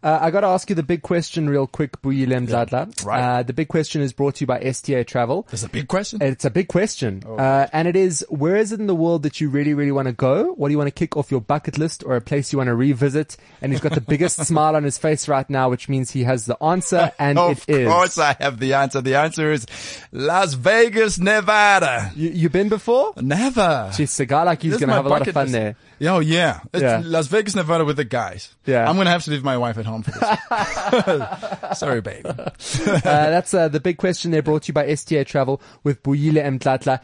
Uh, I got to ask you the big question real quick, Buyilem Zadla. Right. Uh, the big question is brought to you by STA Travel. That's a big question. It's a big question. Oh. Uh, and it is, where is it in the world that you really, really want to go? What do you want to kick off your bucket list or a place you want to revisit? And he's got the biggest smile on his face right now, which means he has the answer and of it is. course I have the answer. The answer is Las Vegas, Nevada. You, you been before? Never. Jeez, the guy like he's This is going to my have a lot of bucket fun list. there. Oh yeah. It's Yeah. Las Vegas, Nevada with the guys. Yeah. I'm going to have to leave my wife at home for this. Sorry, babe. Uh, that's uh, the big question there brought to you by STA Travel with Buyile Mtlatla.